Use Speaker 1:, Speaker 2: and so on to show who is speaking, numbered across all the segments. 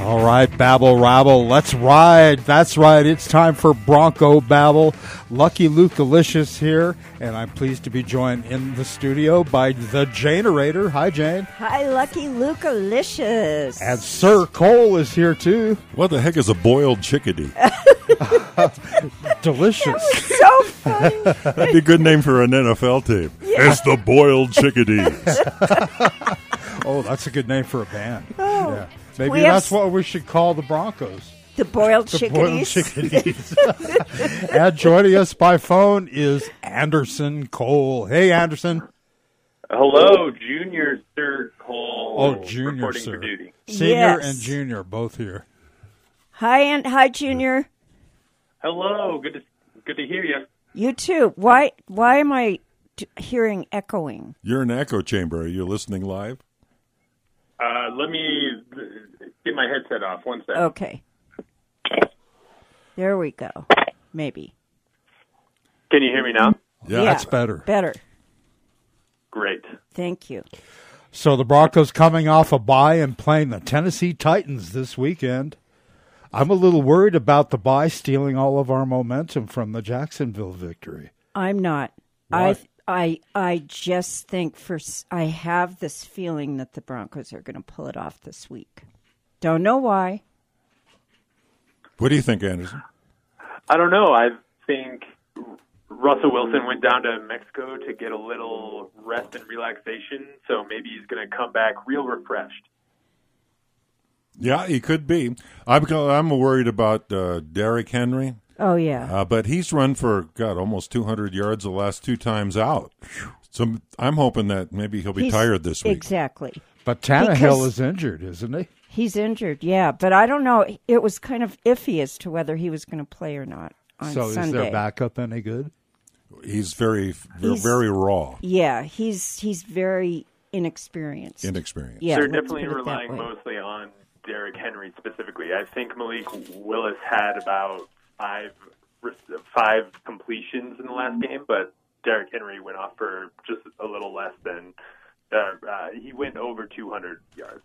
Speaker 1: All right, Babble Rabble, let's ride. That's right, it's time for Bronco Babble. Lucky Luke Delicious here, and I'm pleased to be joined in the studio by the Janerator. Hi, Jane.
Speaker 2: Hi, Lucky Lucolicious.
Speaker 1: And Sir Cole is here too.
Speaker 3: What the heck is a boiled chickadee?
Speaker 1: Delicious.
Speaker 2: so funny.
Speaker 3: That'd be a good name for an NFL team. It's the boiled chickadees.
Speaker 1: oh, that's a good name for a band. Yeah. Maybe
Speaker 2: Oh. We have
Speaker 1: that's
Speaker 2: s-
Speaker 1: what we should call the Broncos.
Speaker 2: The boiled
Speaker 1: The boiled
Speaker 2: chickadees.
Speaker 1: chickadees. and joining us by phone is Anderson Cole. Hey, Anderson.
Speaker 4: Hello, Junior Sir Cole.
Speaker 1: Oh, junior,
Speaker 4: reporting
Speaker 1: sir.
Speaker 4: for duty.
Speaker 1: Senior
Speaker 2: Yes.
Speaker 1: and junior, both here.
Speaker 2: hi, and hi, Junior.
Speaker 4: Hello, good to good to hear you.
Speaker 2: You too. Why? Why am I t- hearing echoing?
Speaker 3: You're in echo chamber. Are you listening live?
Speaker 4: Uh, let me uh, get my headset off. One second.
Speaker 2: Okay. There we go. Maybe.
Speaker 4: Can you hear me now?
Speaker 2: Yeah.
Speaker 1: That's better.
Speaker 2: Better.
Speaker 4: Great.
Speaker 2: Thank you.
Speaker 1: So the Broncos coming off a bye and playing the Tennessee Titans this weekend. I'm a little worried about the bye stealing all of our momentum from the Jacksonville victory.
Speaker 2: I'm not. I I I just think for s- I have this feeling that the Broncos are going to pull it off this week. Don't know why.
Speaker 3: What do you think, Anderson?
Speaker 4: I don't know. I think Russell Wilson went down to Mexico to get a little rest and relaxation, so maybe he's going to come back real refreshed.
Speaker 3: Yeah, he could be. I'm I'm worried about uh, Derrick Henry,
Speaker 2: Oh yeah.
Speaker 3: uh, but he's run for God almost 200 yards the last two times out. So I'm hoping that maybe he'll be
Speaker 2: He's-
Speaker 3: tired this week.
Speaker 2: Exactly.
Speaker 1: But Tannehill
Speaker 2: Because-
Speaker 1: is injured, isn't he?
Speaker 2: He's injured, yeah, but I don't know. It was kind of iffy as to whether he was going to play or not on
Speaker 1: so is
Speaker 2: Sunday.
Speaker 1: their backup any good?
Speaker 3: He's very very,
Speaker 2: He's-
Speaker 3: very raw,
Speaker 2: Yeah, he's he's very inexperienced.
Speaker 3: inexperienced.
Speaker 2: yeah,
Speaker 4: They're
Speaker 2: let's
Speaker 4: definitely
Speaker 2: put it that
Speaker 4: relying
Speaker 2: way.
Speaker 4: mostly on Derrick Henry specifically. I think Malik Willis had about five five completions in
Speaker 2: Mm-hmm.
Speaker 4: the last game, but Derrick Henry went off for just a little less than uh, uh, he went over 200 yards.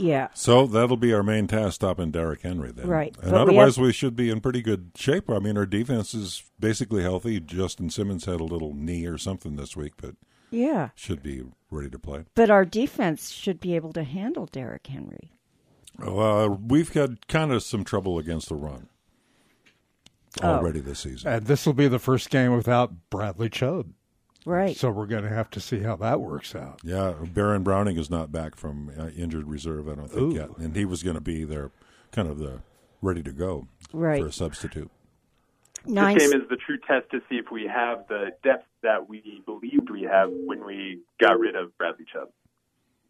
Speaker 2: Yeah,
Speaker 3: So that'll be our main task, stopping Derrick Henry. Then,
Speaker 2: Right.
Speaker 3: And
Speaker 2: But we
Speaker 3: otherwise,
Speaker 2: have-
Speaker 3: we, should be in pretty good shape. I mean, our defense is basically healthy. Justin Simmons had a little knee or something this week, but
Speaker 2: yeah.
Speaker 3: should be ready to play.
Speaker 2: But our defense should be able to handle Derrick Henry.
Speaker 3: Uh, we've had kind of some trouble against the run
Speaker 2: Oh.
Speaker 3: already this season.
Speaker 1: And this will be the first game without Bradley Chubb.
Speaker 2: Right.
Speaker 1: So we're going to have to see how that works out.
Speaker 3: Yeah, Baron Browning is not back from uh, injured reserve. I don't think
Speaker 1: Ooh.
Speaker 3: yet, and he was going to be there, kind of the ready to go
Speaker 2: Right.
Speaker 3: for a substitute.
Speaker 2: Nine
Speaker 4: This game is the true test to see if we have the depth that we believed we have when we got rid of Bradley Chubb.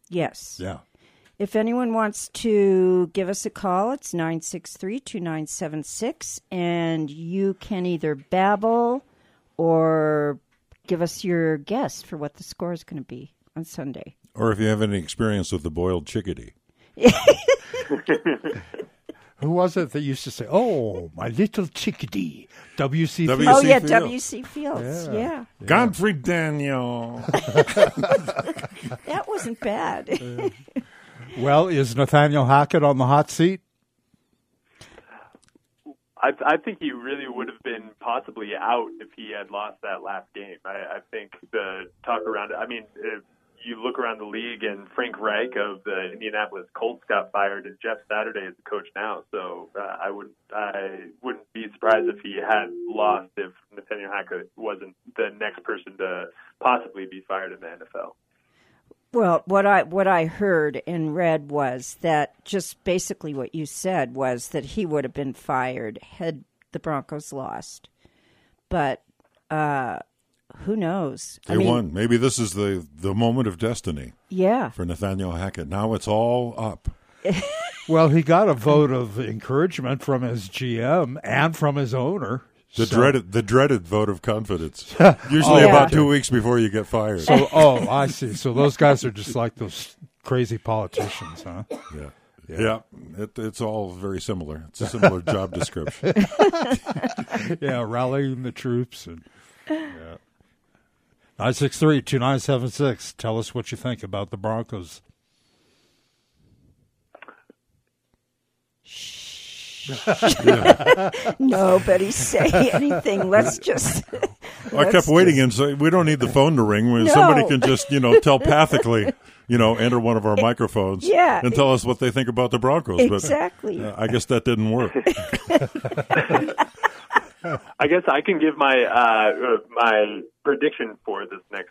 Speaker 2: Yes.
Speaker 3: Yeah.
Speaker 2: If anyone wants to give us a call, it's 963 2976, and you can either babble or give us your guess for what the score is going to be on Sunday.
Speaker 3: Or if you have any experience with the boiled chickadee.
Speaker 1: Who was it that used to say, "Oh, my little chickadee"? WC.
Speaker 3: W-
Speaker 2: oh,
Speaker 3: C.
Speaker 2: yeah,
Speaker 3: Fields.
Speaker 2: W.C. Fields. Yeah.
Speaker 3: Godfrey Daniel.
Speaker 2: That wasn't bad.
Speaker 1: Well, is Nathaniel Hackett on the hot seat?
Speaker 4: I, I think he really would have been possibly out if he had lost that last game. I, I think the talk around. I mean, if you look around the league, and Frank Reich of the Indianapolis Colts got fired, and Jeff Saturday is the coach now. So uh, I would I wouldn't be surprised if he had lost if Nathaniel Hackett wasn't the next person to possibly be fired in the NFL.
Speaker 2: well, what I what I heard and read was that just basically what you said was that he would have been fired had the Broncos lost, but uh, who knows?
Speaker 3: They won. Maybe this is the the moment of destiny
Speaker 2: Yeah.
Speaker 3: for Nathaniel Hackett. Now it's all up.
Speaker 1: Well, he got a vote of encouragement from his GM and from his owner.
Speaker 3: The
Speaker 1: So-
Speaker 3: dreaded the dreaded vote of confidence. Usually
Speaker 2: Oh,
Speaker 3: about
Speaker 1: yeah.
Speaker 3: two weeks before you get fired.
Speaker 1: So, oh, I see. So those guys are just like those crazy politicians, huh?
Speaker 3: yeah. Yeah, it, it's all very similar. It's a similar job description.
Speaker 1: Yeah, rallying the troops and. Yeah. 963-2976. Tell us what you think about the Broncos.
Speaker 2: Shh. Nobody say anything. Let's just.
Speaker 3: I kept
Speaker 2: let's
Speaker 3: waiting, and so we don't need the phone to ring. When
Speaker 2: No.
Speaker 3: Somebody can just, you know, telepathically, you know, enter one of our microphones
Speaker 2: yeah.
Speaker 3: and tell us what they think about the Broncos.
Speaker 2: Exactly.
Speaker 3: But uh, I guess that didn't work.
Speaker 4: I guess I can give my uh, uh, my prediction for this next.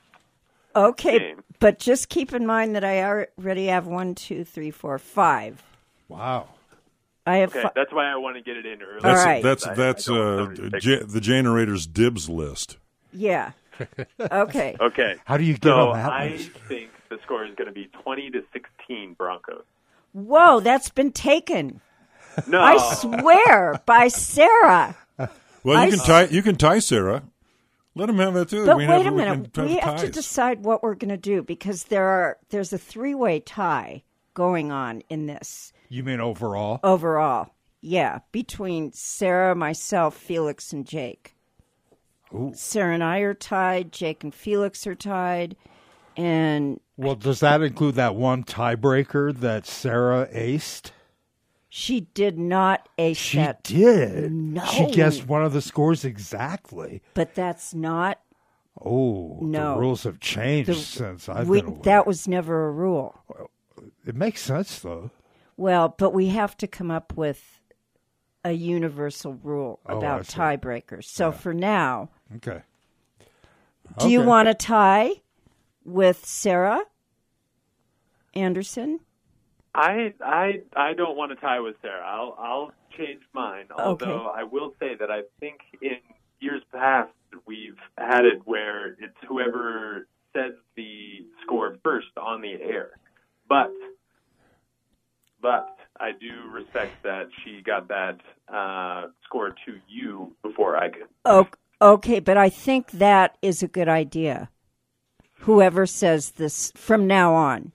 Speaker 2: Okay,
Speaker 4: game.
Speaker 2: but just keep in mind that I already have one, two, three, four, five.
Speaker 1: Wow.
Speaker 2: I have.
Speaker 4: Okay,
Speaker 2: fi-
Speaker 4: that's why I want to get it in early.
Speaker 2: All
Speaker 3: That's
Speaker 2: right.
Speaker 3: that's
Speaker 4: I- I
Speaker 3: that's
Speaker 4: don't
Speaker 3: uh,
Speaker 4: know the pick.
Speaker 3: J- the generator's dibs list.
Speaker 2: yeah. Okay.
Speaker 4: Okay.
Speaker 1: How do you get
Speaker 4: So
Speaker 1: on that
Speaker 4: I
Speaker 1: list?
Speaker 4: think the score is going to be twenty to sixteen Broncos.
Speaker 2: Whoa, that's been taken.
Speaker 4: No,
Speaker 2: I swear by Sarah.
Speaker 3: Well,
Speaker 2: I
Speaker 3: you can
Speaker 2: s-
Speaker 3: tie you can tie Sarah. Let him have that too.
Speaker 2: But
Speaker 3: We
Speaker 2: wait a
Speaker 3: have- we
Speaker 2: minute.
Speaker 3: can
Speaker 2: We have to
Speaker 3: ties.
Speaker 2: decide what we're going to do because there are there's a three-way tie going on in this
Speaker 1: You mean overall?
Speaker 2: overall. Yeah, between Sarah, myself, Felix, and Jake. Sarah and I are tied. Jake and Felix are tied, and
Speaker 1: Well, does that include that one tiebreaker that Sarah aced?
Speaker 2: she did not ace
Speaker 1: She
Speaker 2: that.
Speaker 1: did.
Speaker 2: No.
Speaker 1: She guessed one of the scores exactly.
Speaker 2: But that's not
Speaker 1: Oh,
Speaker 2: No.
Speaker 1: the rules have changed
Speaker 2: the
Speaker 1: since I've
Speaker 2: we,
Speaker 1: been away.
Speaker 2: that was never a rule.
Speaker 1: it makes sense though.
Speaker 2: Well, but we have to come up with a universal rule
Speaker 1: Oh, I
Speaker 2: about
Speaker 1: see.
Speaker 2: tiebreakers. So for now,
Speaker 1: Okay.
Speaker 2: do you
Speaker 1: Okay.
Speaker 2: want to tie with Sarah Anderson?
Speaker 4: I I I don't want to tie with Sarah. I'll I'll change mine. Although I will say that I think in years past we've had it where it's whoever says the score first on the air. But but I do respect that she got that uh, score to you before I could.
Speaker 2: Oh, okay, but I think that is a good idea. Whoever says this from now on,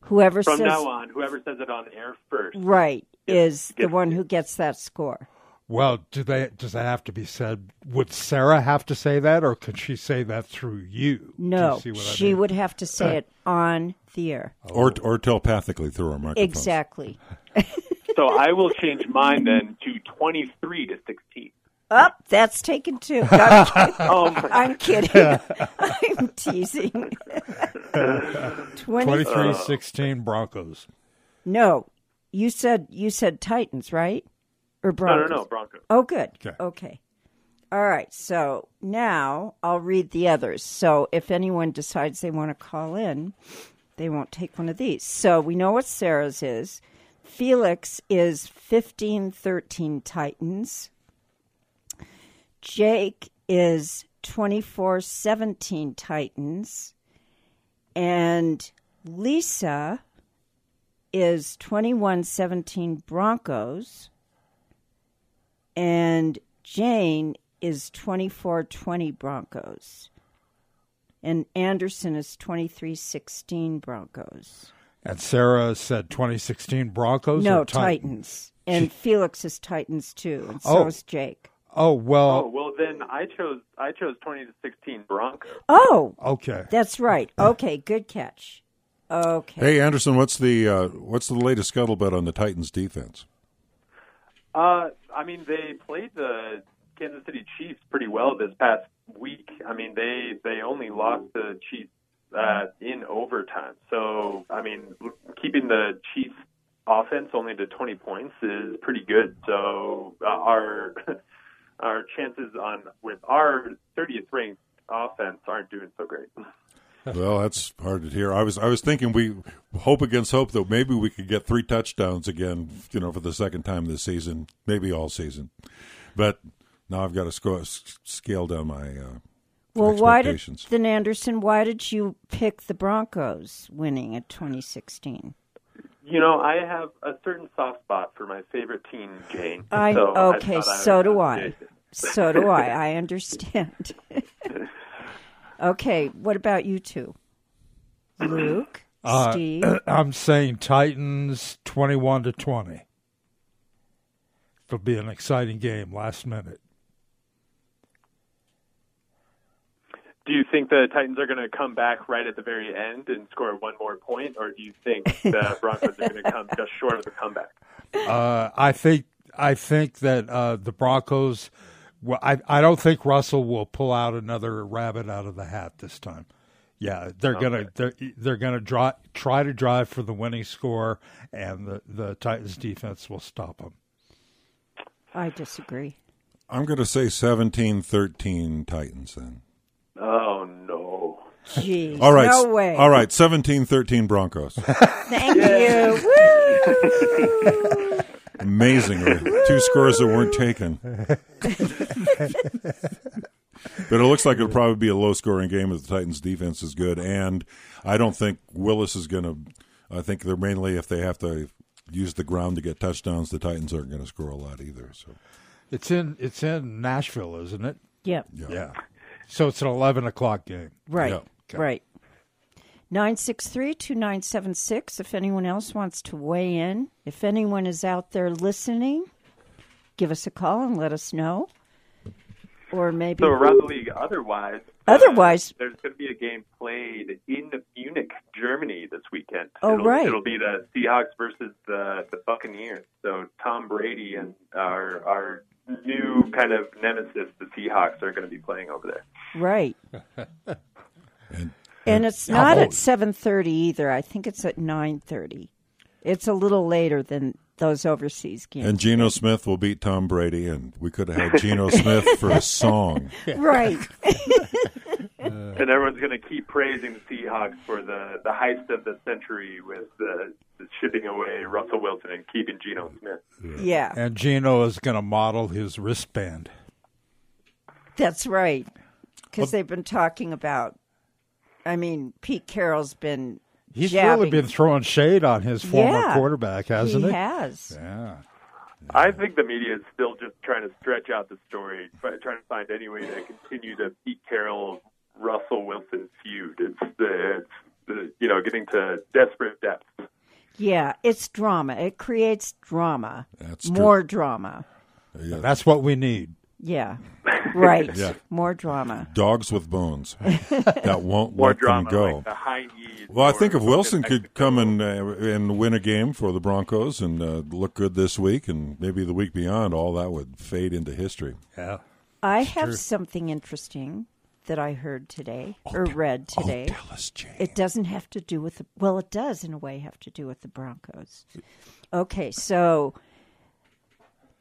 Speaker 2: whoever
Speaker 4: From
Speaker 2: says
Speaker 4: now on, whoever says it on air first.
Speaker 2: right is the
Speaker 4: gets
Speaker 2: one who gets that score.
Speaker 1: Well, do they does that have to be said? Would Sarah have to say that or could she say that through you? Do you
Speaker 2: No,
Speaker 1: see what I
Speaker 2: she
Speaker 1: mean?
Speaker 2: would have to say it on the air.
Speaker 3: or or telepathically through our microphones.
Speaker 2: Exactly.
Speaker 4: So I will change mine then to twenty three to sixteen.
Speaker 2: Up, that's taken too. I'm kidding.
Speaker 4: Oh my
Speaker 2: I'm, kidding. I'm teasing. 20,
Speaker 1: 2316 Broncos.
Speaker 2: No, you said you said Titans, right? Or
Speaker 4: no no
Speaker 2: Broncos?
Speaker 4: no Broncos.
Speaker 2: Oh, good.
Speaker 1: Okay.
Speaker 2: Okay. All right. So now I'll read the others. So if anyone decides they want to call in, they won't take one of these. So we know what Sarah's is. Felix is fifteen thirteen Titans. Jake is twenty four seventeen Titans. And Lisa is twenty one seventeen Broncos and Jane is 2420 Broncos. And Anderson is 2316 Broncos.
Speaker 1: And Sarah said 2016 Broncos
Speaker 2: no,
Speaker 1: or Titan?
Speaker 2: Titans. And Felix is Titans too, and so
Speaker 1: Oh.
Speaker 2: is Jake.
Speaker 1: Oh,
Speaker 4: Oh
Speaker 1: well,
Speaker 4: well, then I chose I chose twenty to sixteen Broncos.
Speaker 2: Oh,
Speaker 1: okay.
Speaker 2: that's right. Okay, good catch. Okay.
Speaker 3: Hey Anderson, what's the uh, what's the latest scuttlebutt on the Titans defense?
Speaker 4: Uh, I mean, they played the Kansas City Chiefs pretty well this past week. I mean, they they only lost the Chiefs uh, in overtime. So I mean, keeping the Chiefs offense only to twenty points is pretty good. So uh, our our chances on with our thirtieth ranked offense aren't doing so great.
Speaker 3: Well, that's hard to hear. I was I was thinking we hope against hope that maybe we could get three touchdowns again, you know, for the second time this season, maybe all season. But now I've got to sco- s- scale down my uh,
Speaker 2: well, why did
Speaker 3: expectations.
Speaker 2: then Anderson? Why did you pick the Broncos winning at 2016?
Speaker 4: You know, I have a certain soft spot for my favorite team, Jane.
Speaker 2: I
Speaker 4: so I
Speaker 2: okay.
Speaker 4: thought I
Speaker 2: so
Speaker 4: would
Speaker 2: do
Speaker 4: ask
Speaker 2: I.
Speaker 4: Jason.
Speaker 2: So do I. I understand. okay. What about you two, Luke,
Speaker 1: Uh,
Speaker 2: Steve?
Speaker 1: I'm saying Titans 21 to 20. It'll be an exciting game last minute.
Speaker 4: Do you think the Titans are going to come back right at the very end and score one more point, or do you think the Broncos are going to come just short of a comeback?
Speaker 1: Uh, I think I think that uh, the Broncos. Well, I I don't think Russell will pull out another rabbit out of the hat this time. Yeah, they're gonna they're they're gonna dry, try to drive for the winning score, and the the Titans defense will stop them.
Speaker 2: I disagree.
Speaker 3: I'm going to say 17-13 Titans then.
Speaker 4: Oh no.
Speaker 2: Gee,
Speaker 3: All right.
Speaker 2: no way.
Speaker 3: All right, 17-13 Broncos.
Speaker 2: Thank you. Woo!
Speaker 3: Amazingly, two scores that weren't taken. but it looks like it'll probably be a low scoring game if the Titans defense is good and I don't think Willis is going to I think they're mainly if they have to use the ground to get touchdowns the Titans aren't going to score a lot either. So
Speaker 1: It's in it's in Nashville, isn't it?
Speaker 2: Yep.
Speaker 1: Yeah. So it's an eleven o'clock game.
Speaker 2: Right.
Speaker 3: Yeah,
Speaker 1: okay.
Speaker 2: Right. 963-2976 if anyone else wants to weigh in. If anyone is out there listening, give us a call and let us know. Or maybe
Speaker 4: So around the league, otherwise, uh,
Speaker 2: Otherwise-
Speaker 4: there's going to be a game played in Munich, Germany this weekend.
Speaker 2: Oh,
Speaker 4: it'll,
Speaker 2: right.
Speaker 4: It'll be the Seahawks versus the the Buccaneers. So Tom Brady and our our new kind of nemesis, the Seahawks, are going to be playing over there.
Speaker 2: right.
Speaker 3: and
Speaker 2: And it's not
Speaker 3: Oh.
Speaker 2: at 7:30 either. I think it's at 9:30. It's a little later than those overseas games.
Speaker 3: and Geno Smith will beat Tom Brady and we could have had Geno Smith for a song.
Speaker 2: right.
Speaker 4: And everyone's going to keep praising the Seahawks for the the heist of the century with the, the shipping away Russell Wilson and keeping Geno Smith.
Speaker 2: yeah.
Speaker 1: And Gino is going to model his wristband.
Speaker 2: That's right. Because they've been talking about. I mean, Pete Carroll's been.
Speaker 1: He's
Speaker 2: jabbing.
Speaker 1: really been throwing shade on his former
Speaker 2: Yeah.
Speaker 1: quarterback, hasn't
Speaker 2: he
Speaker 1: he?
Speaker 2: has.
Speaker 1: Yeah.
Speaker 4: I think the media is still just trying to stretch out the story, try, trying to find any way to continue the Pete Carroll Russell Wilson feud. It's the, it's the you know getting to desperate depths.
Speaker 2: Yeah, it's drama. It creates drama.
Speaker 3: That's true.
Speaker 2: more drama.
Speaker 3: Yeah.
Speaker 1: That's what we need.
Speaker 2: Yeah, right.
Speaker 3: Yeah.
Speaker 2: More drama.
Speaker 3: Dogs with bones that won't
Speaker 4: More
Speaker 3: let
Speaker 4: drama,
Speaker 3: them go.
Speaker 4: like the high knees.
Speaker 3: Well, I
Speaker 4: or
Speaker 3: think if
Speaker 4: something
Speaker 3: Wilson
Speaker 4: like
Speaker 3: could come and uh, and win a game for the Broncos and uh, look good this week and maybe the week beyond, all that would fade into history.
Speaker 1: Yeah.
Speaker 2: I have something interesting that I heard today or read today.
Speaker 3: Oh, tell us, Jane.
Speaker 2: It doesn't have to do with the well, it does in a way have to do with the Broncos. Okay, so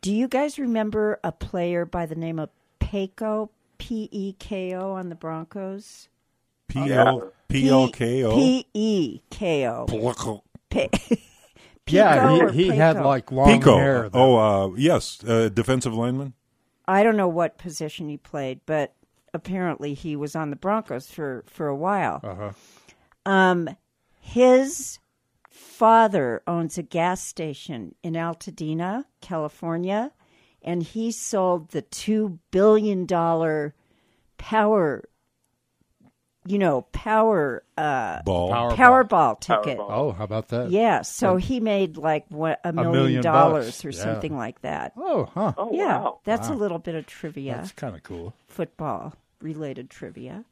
Speaker 2: do you guys remember a player by the name of Peko P E K O on the Broncos?
Speaker 4: Oh,
Speaker 3: P L P L K O.
Speaker 2: P E K O.
Speaker 3: Pico.
Speaker 2: Pe- Pico
Speaker 1: Yeah,
Speaker 2: or
Speaker 1: he, he had
Speaker 2: Peko?
Speaker 1: like long hair. though.
Speaker 3: Pico. Oh, uh, yes, uh, defensive lineman.
Speaker 2: I don't know what position he played, but apparently he was on the Broncos for for a while.
Speaker 1: Uh-huh.
Speaker 2: Um, his father owns a gas station in Altadena, California, and he sold the two billion dollar power, you know, power uh,
Speaker 3: Ball.
Speaker 1: Power-
Speaker 2: Powerball ticket.
Speaker 4: Powerball.
Speaker 1: Oh, how about that?
Speaker 2: Yeah, so he made like what, a million,
Speaker 1: million
Speaker 2: dollars
Speaker 1: bucks,
Speaker 2: or
Speaker 1: yeah.
Speaker 2: something like that.
Speaker 1: Oh, huh.
Speaker 4: Oh
Speaker 2: yeah,
Speaker 4: wow!
Speaker 2: that's a little bit of trivia
Speaker 1: That's kind of cool.
Speaker 2: football related trivia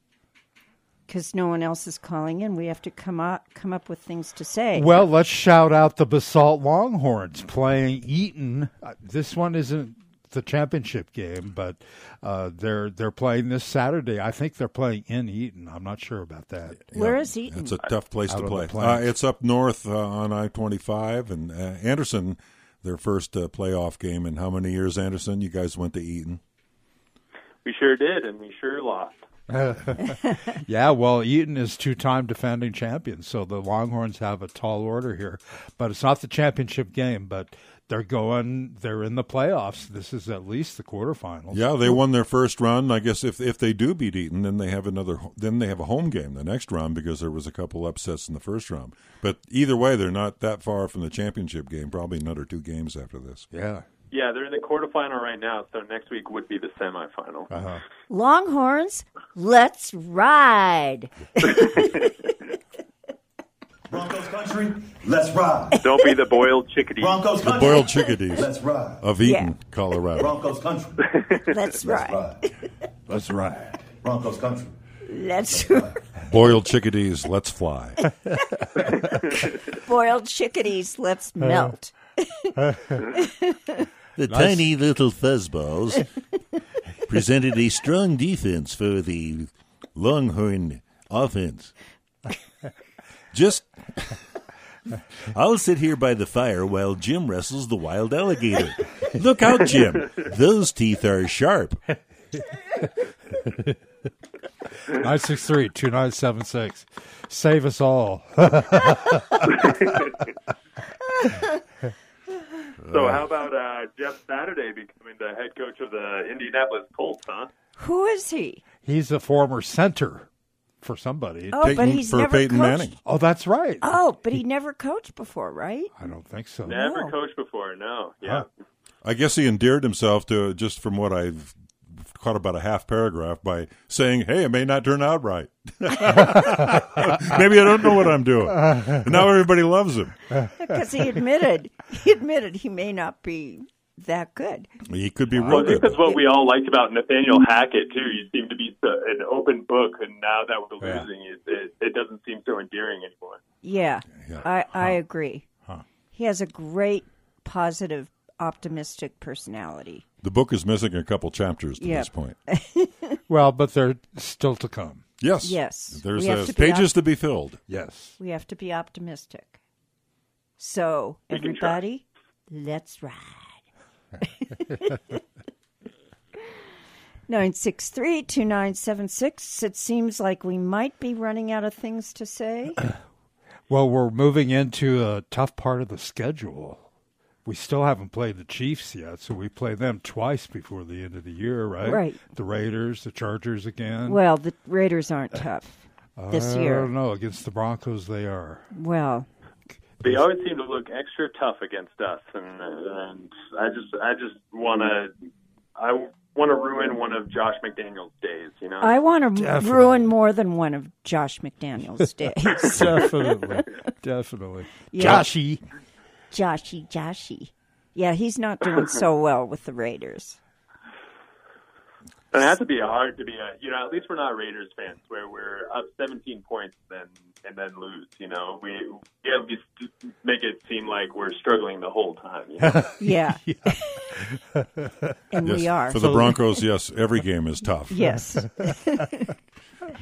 Speaker 2: because no one else is calling in. We have to come up come up with things to say.
Speaker 1: Well, let's shout out the Basalt Longhorns playing Eaton. Uh, This one isn't the championship game, but uh, they're they're playing this Saturday. I think they're playing in Eaton. I'm not sure about that.
Speaker 2: Where is Eaton?
Speaker 3: It's a tough place
Speaker 1: Out
Speaker 3: to
Speaker 1: on the
Speaker 3: play. Uh,
Speaker 1: plains.
Speaker 3: it's up north uh, on I twenty five and uh, Anderson. Their first uh, playoff game in how many years, Anderson? You guys went to Eaton.
Speaker 4: We sure did, and we sure lost.
Speaker 1: Yeah, well, Eaton is two-time defending champions, so the Longhorns have a tall order here. But it's not the championship game, but they're going. They're in the playoffs. This is at least the quarterfinals.
Speaker 3: Yeah, they won their first run. I guess if if they do beat Eaton, then they have another. Then they have a home game the next round because there was a couple upsets in the first round. But either way, they're not that far from the championship game. Probably another two games after this.
Speaker 1: yeah.
Speaker 4: Yeah, they're in the quarterfinal right now, so next week would be the semifinal.
Speaker 2: Longhorns, let's ride.
Speaker 5: Broncos country, let's ride.
Speaker 4: Don't be the boiled chickadee.
Speaker 5: Broncos country,
Speaker 3: Boiled chickadees
Speaker 5: let's ride.
Speaker 3: of Eaton,
Speaker 2: Yeah.
Speaker 3: Colorado.
Speaker 5: Broncos country,
Speaker 2: Let's
Speaker 5: let's
Speaker 2: ride.
Speaker 5: ride.
Speaker 1: Let's ride.
Speaker 5: Broncos country.
Speaker 2: Let's
Speaker 3: Boiled chickadees, let's fly. Uh,
Speaker 2: boiled chickadees. Let's melt.
Speaker 6: The tiny little fuzzballs presented a strong defense for the Longhorn offense. Just, I'll sit here by the fire while Jim wrestles the wild alligator. Look out, Jim! Those teeth are sharp.
Speaker 1: 963 2976. Save us all.
Speaker 4: So how about uh, Jeff Saturday becoming the head coach of the Indianapolis Colts? Huh?
Speaker 2: Who is he?
Speaker 1: He's a former center for somebody.
Speaker 2: Oh, but
Speaker 3: Peyton-
Speaker 2: he's
Speaker 3: for
Speaker 2: never
Speaker 3: Peyton
Speaker 2: coached.
Speaker 3: Manning.
Speaker 1: Oh, that's right.
Speaker 2: Oh, but he never coached before, right?
Speaker 1: I don't think so.
Speaker 4: Never
Speaker 2: No.
Speaker 4: coached before. No. Yeah.
Speaker 3: I guess he endeared himself to just from what I've caught about a half paragraph by saying, "Hey, it may not turn out right. Maybe I don't know what I'm doing." And now everybody loves him.
Speaker 2: Because he admitted he admitted he may not be that good.
Speaker 3: He could be
Speaker 4: Well,
Speaker 3: real
Speaker 4: I think
Speaker 3: good.
Speaker 4: that's what we all liked about Nathaniel Hackett too. You seem to be so, an open book, and now that we're
Speaker 3: Yeah.
Speaker 4: losing, it, it, it doesn't seem so endearing anymore.
Speaker 2: Yeah,
Speaker 3: Yeah.
Speaker 2: I, I agree. He has a great, positive, optimistic personality.
Speaker 3: The book is missing a couple chapters to
Speaker 2: Yeah. Uh,
Speaker 3: this point.
Speaker 1: Well, but they're still to come.
Speaker 3: Yes.
Speaker 2: Yes.
Speaker 3: There's
Speaker 2: We have
Speaker 3: uh,
Speaker 2: to be
Speaker 3: pages
Speaker 2: op-
Speaker 3: to be filled.
Speaker 1: Yes.
Speaker 2: We have to be optimistic. So,
Speaker 4: can try.
Speaker 2: everybody, let's ride. 963 2976. It seems like we might be running out of things to say.
Speaker 1: Well, we're moving into a tough part of the schedule. We still haven't played the Chiefs yet, so we play them twice before the end of the year, right?
Speaker 2: Right.
Speaker 1: The Raiders, the Chargers again.
Speaker 2: Well, the Raiders aren't tough this
Speaker 1: I
Speaker 2: year.
Speaker 1: don't know. Against the Broncos, they are.
Speaker 2: Well,
Speaker 4: They always seem to look extra tough against us, and, and I just I just want to I want to ruin one of Josh McDaniel's days. You know,
Speaker 2: I want to
Speaker 1: Definitely.
Speaker 2: ruin more than one of Josh McDaniel's days.
Speaker 1: Definitely. Definitely.
Speaker 2: Yeah.
Speaker 1: Joshy.
Speaker 2: Joshy, Joshy. Yeah, he's not doing so well with the Raiders.
Speaker 4: And it has to be hard to be a you know at least we're not Raiders fans where we're up 17 points then and then lose. You know, we yeah we st- make it seem like we're struggling the whole time. You know?
Speaker 2: Yeah. and we
Speaker 3: Yes.
Speaker 2: are.
Speaker 3: For the Broncos, yes, every game is tough.
Speaker 2: yes.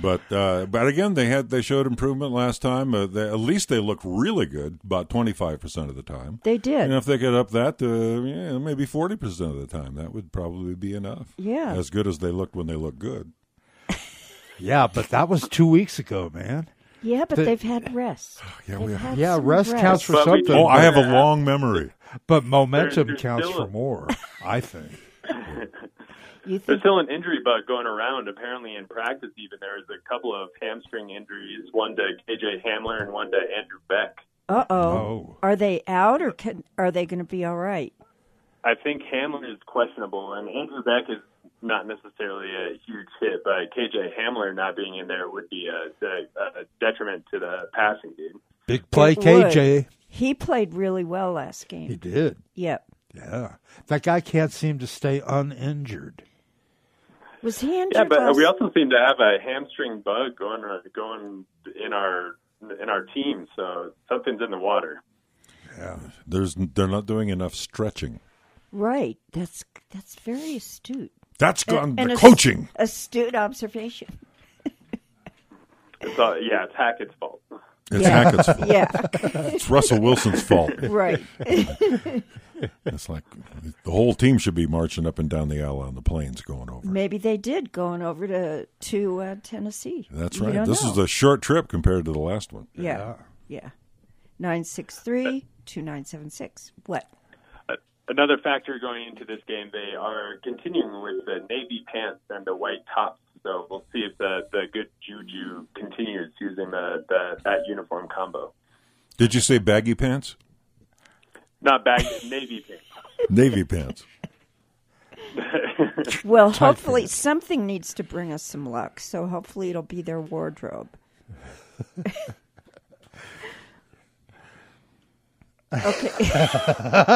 Speaker 3: But uh, but again, they had they showed improvement last time. Uh, they, at least they look really good about twenty five percent of the time.
Speaker 2: They did.
Speaker 3: And if they could up that to yeah, maybe forty percent of the time, that would probably be enough.
Speaker 2: Yeah.
Speaker 3: as good as they looked when they looked good.
Speaker 1: Yeah, but that was two weeks ago, man.
Speaker 2: Yeah, but
Speaker 1: The-
Speaker 2: they've had rest.
Speaker 3: yeah,
Speaker 2: They've
Speaker 3: we-
Speaker 2: had
Speaker 1: Yeah,
Speaker 2: some
Speaker 1: rest counts for
Speaker 4: But we
Speaker 1: something.
Speaker 4: did-
Speaker 3: Oh, I have a long memory.
Speaker 1: But momentum
Speaker 4: There's- there's
Speaker 1: counts
Speaker 4: still
Speaker 1: for
Speaker 4: a-
Speaker 1: more, I think.
Speaker 2: You
Speaker 4: There's
Speaker 2: think
Speaker 4: still an injury bug going around. Apparently, in practice, even there was a couple of hamstring injuries, one to KJ Hamler and one to Andrew Beck.
Speaker 2: uh-oh.
Speaker 1: No.
Speaker 2: Are they out or can, are they going to be all right?
Speaker 4: I think Hamler is questionable, and Andrew Beck is not necessarily a huge hit, but KJ Hamler not being in there would be a, a, a detriment to the passing game.
Speaker 1: Big play,
Speaker 2: It would.
Speaker 1: KJ.
Speaker 2: He played really well last
Speaker 1: He
Speaker 2: game.
Speaker 1: did.
Speaker 2: Yep.
Speaker 1: Yeah. That guy can't seem to stay uninjured.
Speaker 2: Was he injured?
Speaker 4: Yeah, but
Speaker 2: last-
Speaker 4: we also seem to have a hamstring bug going going in our in our team, so something's in the water.
Speaker 3: There's they're not doing enough stretching.
Speaker 2: right. That's that's very astute.
Speaker 3: That's gone
Speaker 2: And
Speaker 3: the
Speaker 2: ast-
Speaker 3: coaching.
Speaker 2: Astute observation.
Speaker 4: It's all, yeah, it's Hackett's fault.
Speaker 3: It's
Speaker 2: Yeah.
Speaker 3: Hackett's fault.
Speaker 2: Yeah.
Speaker 3: It's Russell Wilson's fault.
Speaker 2: right.
Speaker 3: It's like the whole team should be marching up and down the aisle on the planes going over.
Speaker 2: Maybe they did going over to to uh, Tennessee.
Speaker 3: That's
Speaker 2: You
Speaker 3: right.
Speaker 2: don't
Speaker 3: This
Speaker 2: know.
Speaker 3: is a short trip compared to the last one.
Speaker 2: Yeah. Yeah. 963 2976. What?
Speaker 4: Another factor going into this game, they are continuing with the navy pants and the white tops. So we'll see if the, the good juju continues using the, the that uniform combo.
Speaker 3: Did you say baggy pants?
Speaker 4: Not bag navy pants.
Speaker 3: Navy pants.
Speaker 2: Well, hopefully something needs to bring us some luck. So hopefully it'll be their wardrobe. okay.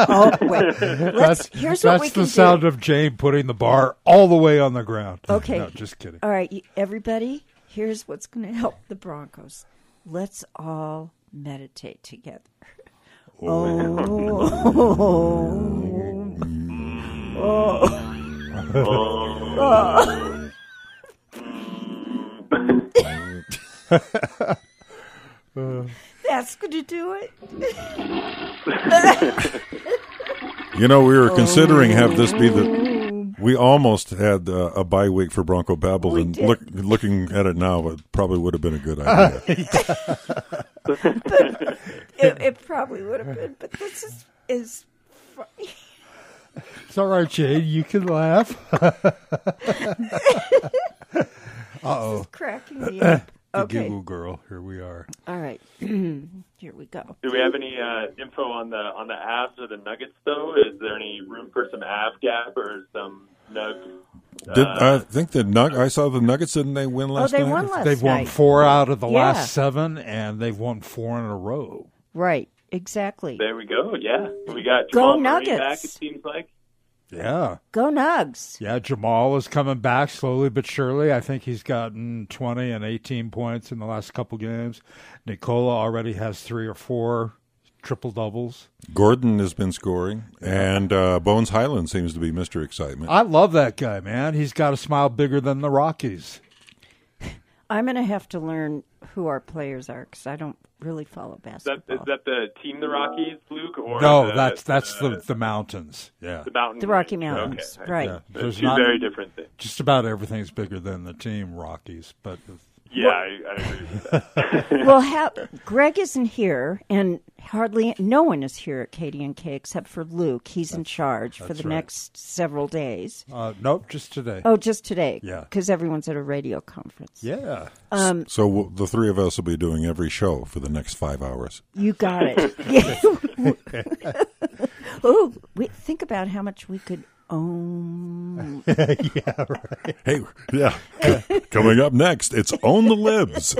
Speaker 2: oh, wait. Let's, here's what
Speaker 1: that's
Speaker 2: we
Speaker 1: the
Speaker 2: can
Speaker 1: sound
Speaker 2: do.
Speaker 1: of Jane putting the bar all the way on the ground.
Speaker 2: Okay.
Speaker 1: No, just kidding.
Speaker 2: All right, you- everybody, here's what's going to help the Broncos. Let's all meditate together.
Speaker 7: Oh,
Speaker 2: Oh. Uh, That's going to do it.
Speaker 3: You know, we were considering have this be the. We almost had uh, a bye week for Bronco Babble, and
Speaker 2: did.
Speaker 3: look, looking at it now, it probably would have been a good idea.
Speaker 2: It, it probably would have been, but this is is funny.
Speaker 1: It's all right, Jane. You can laugh.
Speaker 2: cracking me up.
Speaker 7: The
Speaker 2: Okay,
Speaker 7: Giggle Girl. Here we are.
Speaker 2: all right. Here we go.
Speaker 4: Do we have any uh, info on the on the abs or the nuggets though? Is there any room for some ab gap or some nug? uh,
Speaker 3: Did I think the nug? I saw the Nuggets didn't they win
Speaker 2: Oh,
Speaker 3: last
Speaker 2: they
Speaker 3: night?
Speaker 2: won last
Speaker 1: They've won
Speaker 2: night.
Speaker 1: four out of the
Speaker 2: Yeah.
Speaker 1: last seven, and they've won four in a row.
Speaker 2: Right, exactly.
Speaker 4: There we go. Yeah, we got
Speaker 2: Go
Speaker 4: Jamal Murray
Speaker 2: Nuggets.
Speaker 4: back. It seems like.
Speaker 1: Yeah.
Speaker 2: Go Nugs.
Speaker 1: Yeah, Jamal is coming back slowly but surely. I think he's gotten 20 and 18 points in the last couple games. Nicola already has three or four triple doubles.
Speaker 3: Gordon has been scoring, and uh, Bones Highland seems to be Mister Excitement.
Speaker 1: I love that guy, man. He's got a smile bigger than the Rockies.
Speaker 2: I'm going to have to learn who our players are because I don't really follow basketball.
Speaker 4: That, is that the team, the Rockies, Luke? Or
Speaker 1: No,
Speaker 4: the- uh,
Speaker 1: that's that's the the mountains. Yeah.
Speaker 4: the mountain.
Speaker 2: the Rocky Mountains,
Speaker 4: Okay.
Speaker 2: right?
Speaker 1: Yeah.
Speaker 4: There's
Speaker 1: There's
Speaker 4: two
Speaker 1: not
Speaker 4: very different things.
Speaker 1: just about everything's bigger than the team Rockies, but
Speaker 4: Yeah, I, I agree with that.
Speaker 2: well, ha- Greg isn't here, and hardly no one is here at Katie and K except for Luke. He's in charge for the
Speaker 1: right.
Speaker 2: next several days.
Speaker 1: uh, nope, just today.
Speaker 2: Oh, just today,
Speaker 1: Yeah.
Speaker 2: because everyone's at a radio conference.
Speaker 1: Yeah.
Speaker 3: so w- the three of us will be doing every show for the next five hours.
Speaker 2: You got it. Yeah. oh, we, think about how much we could own.
Speaker 3: Hey, yeah. c- Coming up next, it's on the libs.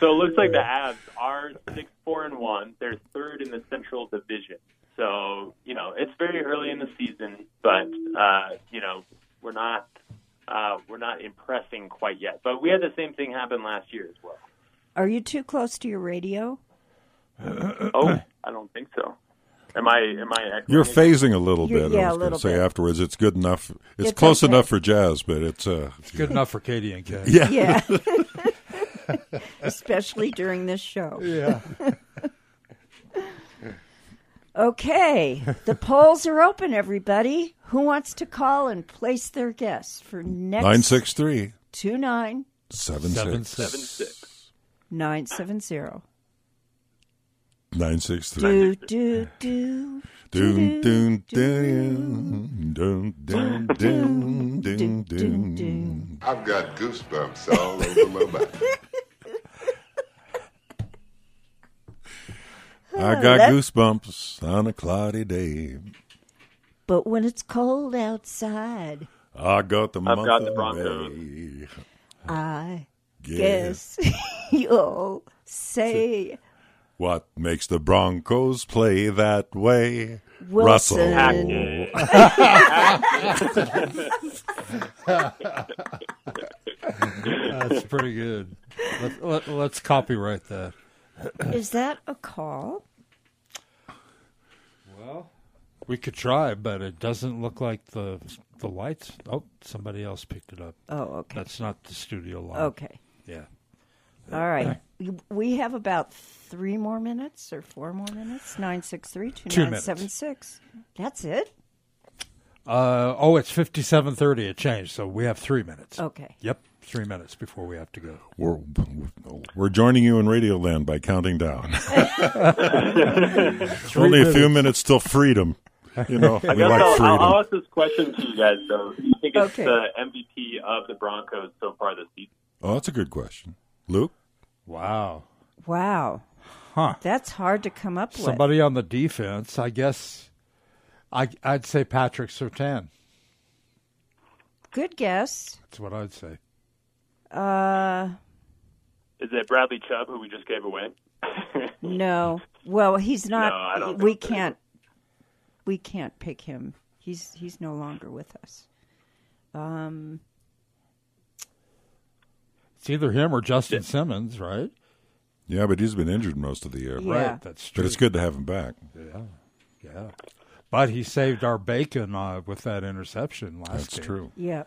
Speaker 4: So it looks like the Avs are six, four, and one. They're third in the Central Division. So you know it's very early in the season, but uh, you know we're not uh, we're not impressing quite yet. But we had the same thing happen last year as well.
Speaker 2: Are you too close to your radio?
Speaker 4: Oh, I don't think so. Am I? Am I? echoing
Speaker 3: You're
Speaker 4: it?
Speaker 3: phasing a little
Speaker 2: You're-
Speaker 3: bit.
Speaker 2: yeah,
Speaker 3: I
Speaker 2: a
Speaker 3: was going
Speaker 2: little
Speaker 3: to say
Speaker 2: bit.
Speaker 3: afterwards. It's good enough. It's,
Speaker 2: It's
Speaker 3: close
Speaker 2: okay.
Speaker 3: enough for jazz, but it's uh,
Speaker 1: Good enough for Katie and K.
Speaker 3: yeah.
Speaker 2: Yeah. Especially during this show.
Speaker 1: Yeah.
Speaker 2: Okay. The polls are open, everybody. Who wants to call and place their guess for next
Speaker 3: Nine six three
Speaker 2: 29970?
Speaker 3: seven
Speaker 1: Seven
Speaker 3: six
Speaker 1: six.
Speaker 3: nine six three.
Speaker 2: Do, do, do.
Speaker 3: Doom doom doom doom doom doom doom doom.
Speaker 8: I've got goosebumps all over my body.
Speaker 3: I got
Speaker 2: Let-
Speaker 3: goosebumps on a cloudy day.
Speaker 2: But when it's cold outside,
Speaker 3: I got the
Speaker 4: got
Speaker 3: month
Speaker 4: the
Speaker 3: of
Speaker 4: Broncos.
Speaker 3: May.
Speaker 2: I
Speaker 3: Guess
Speaker 2: guess you'll say
Speaker 3: What makes the Broncos play that way?
Speaker 2: Wilson.
Speaker 3: Russell.
Speaker 1: That's pretty good. Let, let, let's copyright that.
Speaker 2: Is that a call?
Speaker 1: We could try, but it doesn't look like the the lights. Oh, somebody else picked it up.
Speaker 2: Oh, okay.
Speaker 1: That's not the studio line.
Speaker 2: Okay.
Speaker 1: Yeah.
Speaker 2: All right. We have about three more minutes or four more minutes. 963 2976. That's it?
Speaker 1: Uh, oh, it's fifty-seven thirty. It changed, so we have three minutes.
Speaker 2: Okay.
Speaker 1: Yep, three minutes before we have to go.
Speaker 3: We're, we're joining you in Radio Land by counting down. Only a few minutes till freedom. You know, we
Speaker 4: I guess
Speaker 3: like
Speaker 4: I'll,
Speaker 3: freedom.
Speaker 4: I'll ask this question to you guys though. Do you think it's
Speaker 2: Okay.
Speaker 4: the MVP of the Broncos so far this season?
Speaker 3: oh, that's a good question. Luke?
Speaker 1: Wow.
Speaker 2: Wow.
Speaker 1: Huh.
Speaker 2: That's hard to come up with.
Speaker 1: Somebody on the defense, I guess. I I'd say Patrick Sertan.
Speaker 2: Good guess.
Speaker 1: That's what I'd say.
Speaker 2: Uh,
Speaker 4: Is it Bradley Chubb who we just gave away?
Speaker 2: no. Well, he's not.
Speaker 4: No, I don't
Speaker 2: we
Speaker 4: think so.
Speaker 2: can't. We can't pick him. He's he's no longer with us.
Speaker 1: It's either him or Justin Simmons, right?
Speaker 3: Yeah, but he's been injured most of the year.
Speaker 2: Yeah.
Speaker 1: Right, that's true.
Speaker 3: But it's good to have him back.
Speaker 1: Yeah. But he saved our bacon uh, with that interception last
Speaker 3: That's
Speaker 1: game.
Speaker 3: true.
Speaker 2: Yeah.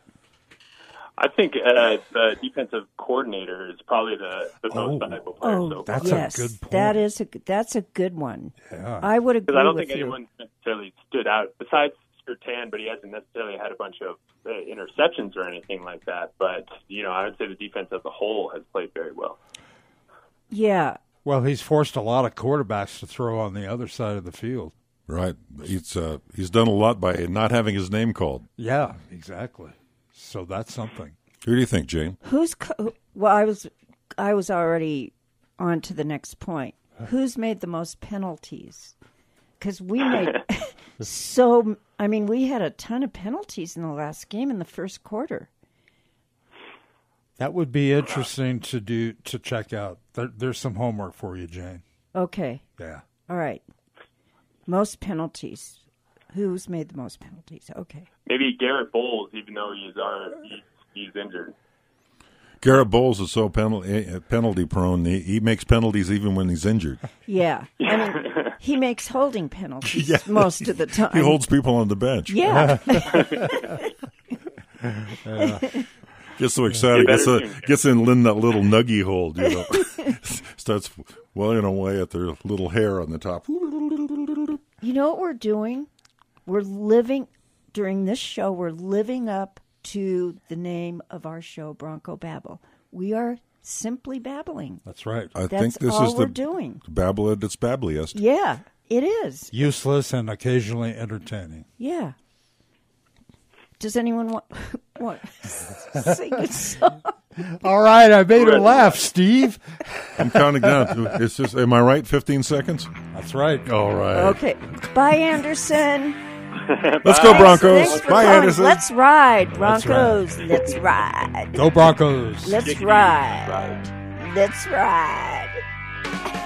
Speaker 4: I think uh, the defensive coordinator is probably the, the
Speaker 1: Oh.
Speaker 4: most valuable player
Speaker 2: Oh,
Speaker 4: so far.
Speaker 1: That's a
Speaker 2: yes,
Speaker 1: good point.
Speaker 2: that is a g- that's a good one.
Speaker 1: Yeah.
Speaker 2: I would agree
Speaker 4: Because I don't
Speaker 2: with
Speaker 4: think
Speaker 2: you.
Speaker 4: anyone necessarily stood out besides Sertan, but he hasn't necessarily had a bunch of uh, interceptions or anything like that. But you know, I would say the defense as a whole has played very well.
Speaker 2: Yeah,
Speaker 1: Well, he's forced a lot of quarterbacks to throw on the other side of the field.
Speaker 3: Right. He's uh, he's done a lot by not having his name called.
Speaker 1: Yeah, exactly. So that's something.
Speaker 3: Who do you think, Jane?
Speaker 2: who's co- well? I was I was already on to the next point. Who's made the most penalties? Because we made so. I mean, we had a ton of penalties in the last game in the first quarter.
Speaker 1: That would be interesting to do to check out. There, there's some homework for you, Jane.
Speaker 2: Okay,
Speaker 1: Yeah.
Speaker 2: all right. Most penalties. Who's made the most penalties? Okay.
Speaker 4: Maybe Garrett Bowles, even though he's our he's, he's injured.
Speaker 3: Garrett Bowles is so penalty eh, penalty prone. He, he makes penalties even when he's injured.
Speaker 2: Yeah. I mean, he makes holding penalties most of the time.
Speaker 3: He holds people on the bench.
Speaker 2: yeah.
Speaker 3: Gets so excited.
Speaker 4: Yeah.
Speaker 3: Gets, a, gets in Lynn that little nuggy hold, you know. Starts welling away at their little hair on the top.
Speaker 2: You know what we're doing? We're living during this show, we're living up to the name of our show, Bronco Babble. We are simply babbling.
Speaker 1: That's right.
Speaker 3: I
Speaker 2: That's
Speaker 3: think this
Speaker 2: all
Speaker 3: is
Speaker 2: we're
Speaker 3: the
Speaker 2: doing.
Speaker 3: Babbled that's babbliest.
Speaker 2: Yeah, it is.
Speaker 1: Useless and occasionally entertaining.
Speaker 2: Yeah. Does anyone want want sing a song?
Speaker 1: All right, I made her
Speaker 4: Good.
Speaker 1: laugh, Steve.
Speaker 3: I'm counting down. It's just, am I right? 15 seconds?
Speaker 1: That's right. Oh,
Speaker 3: All right.
Speaker 2: Okay. Bye, Anderson.
Speaker 3: Let's go, Broncos.
Speaker 2: Thanks for
Speaker 3: Bye,
Speaker 2: calling.
Speaker 3: Anderson.
Speaker 2: Let's ride,
Speaker 1: Let's
Speaker 2: Broncos. Let's ride.
Speaker 1: Go Broncos.
Speaker 2: Let's ride. Let's ride.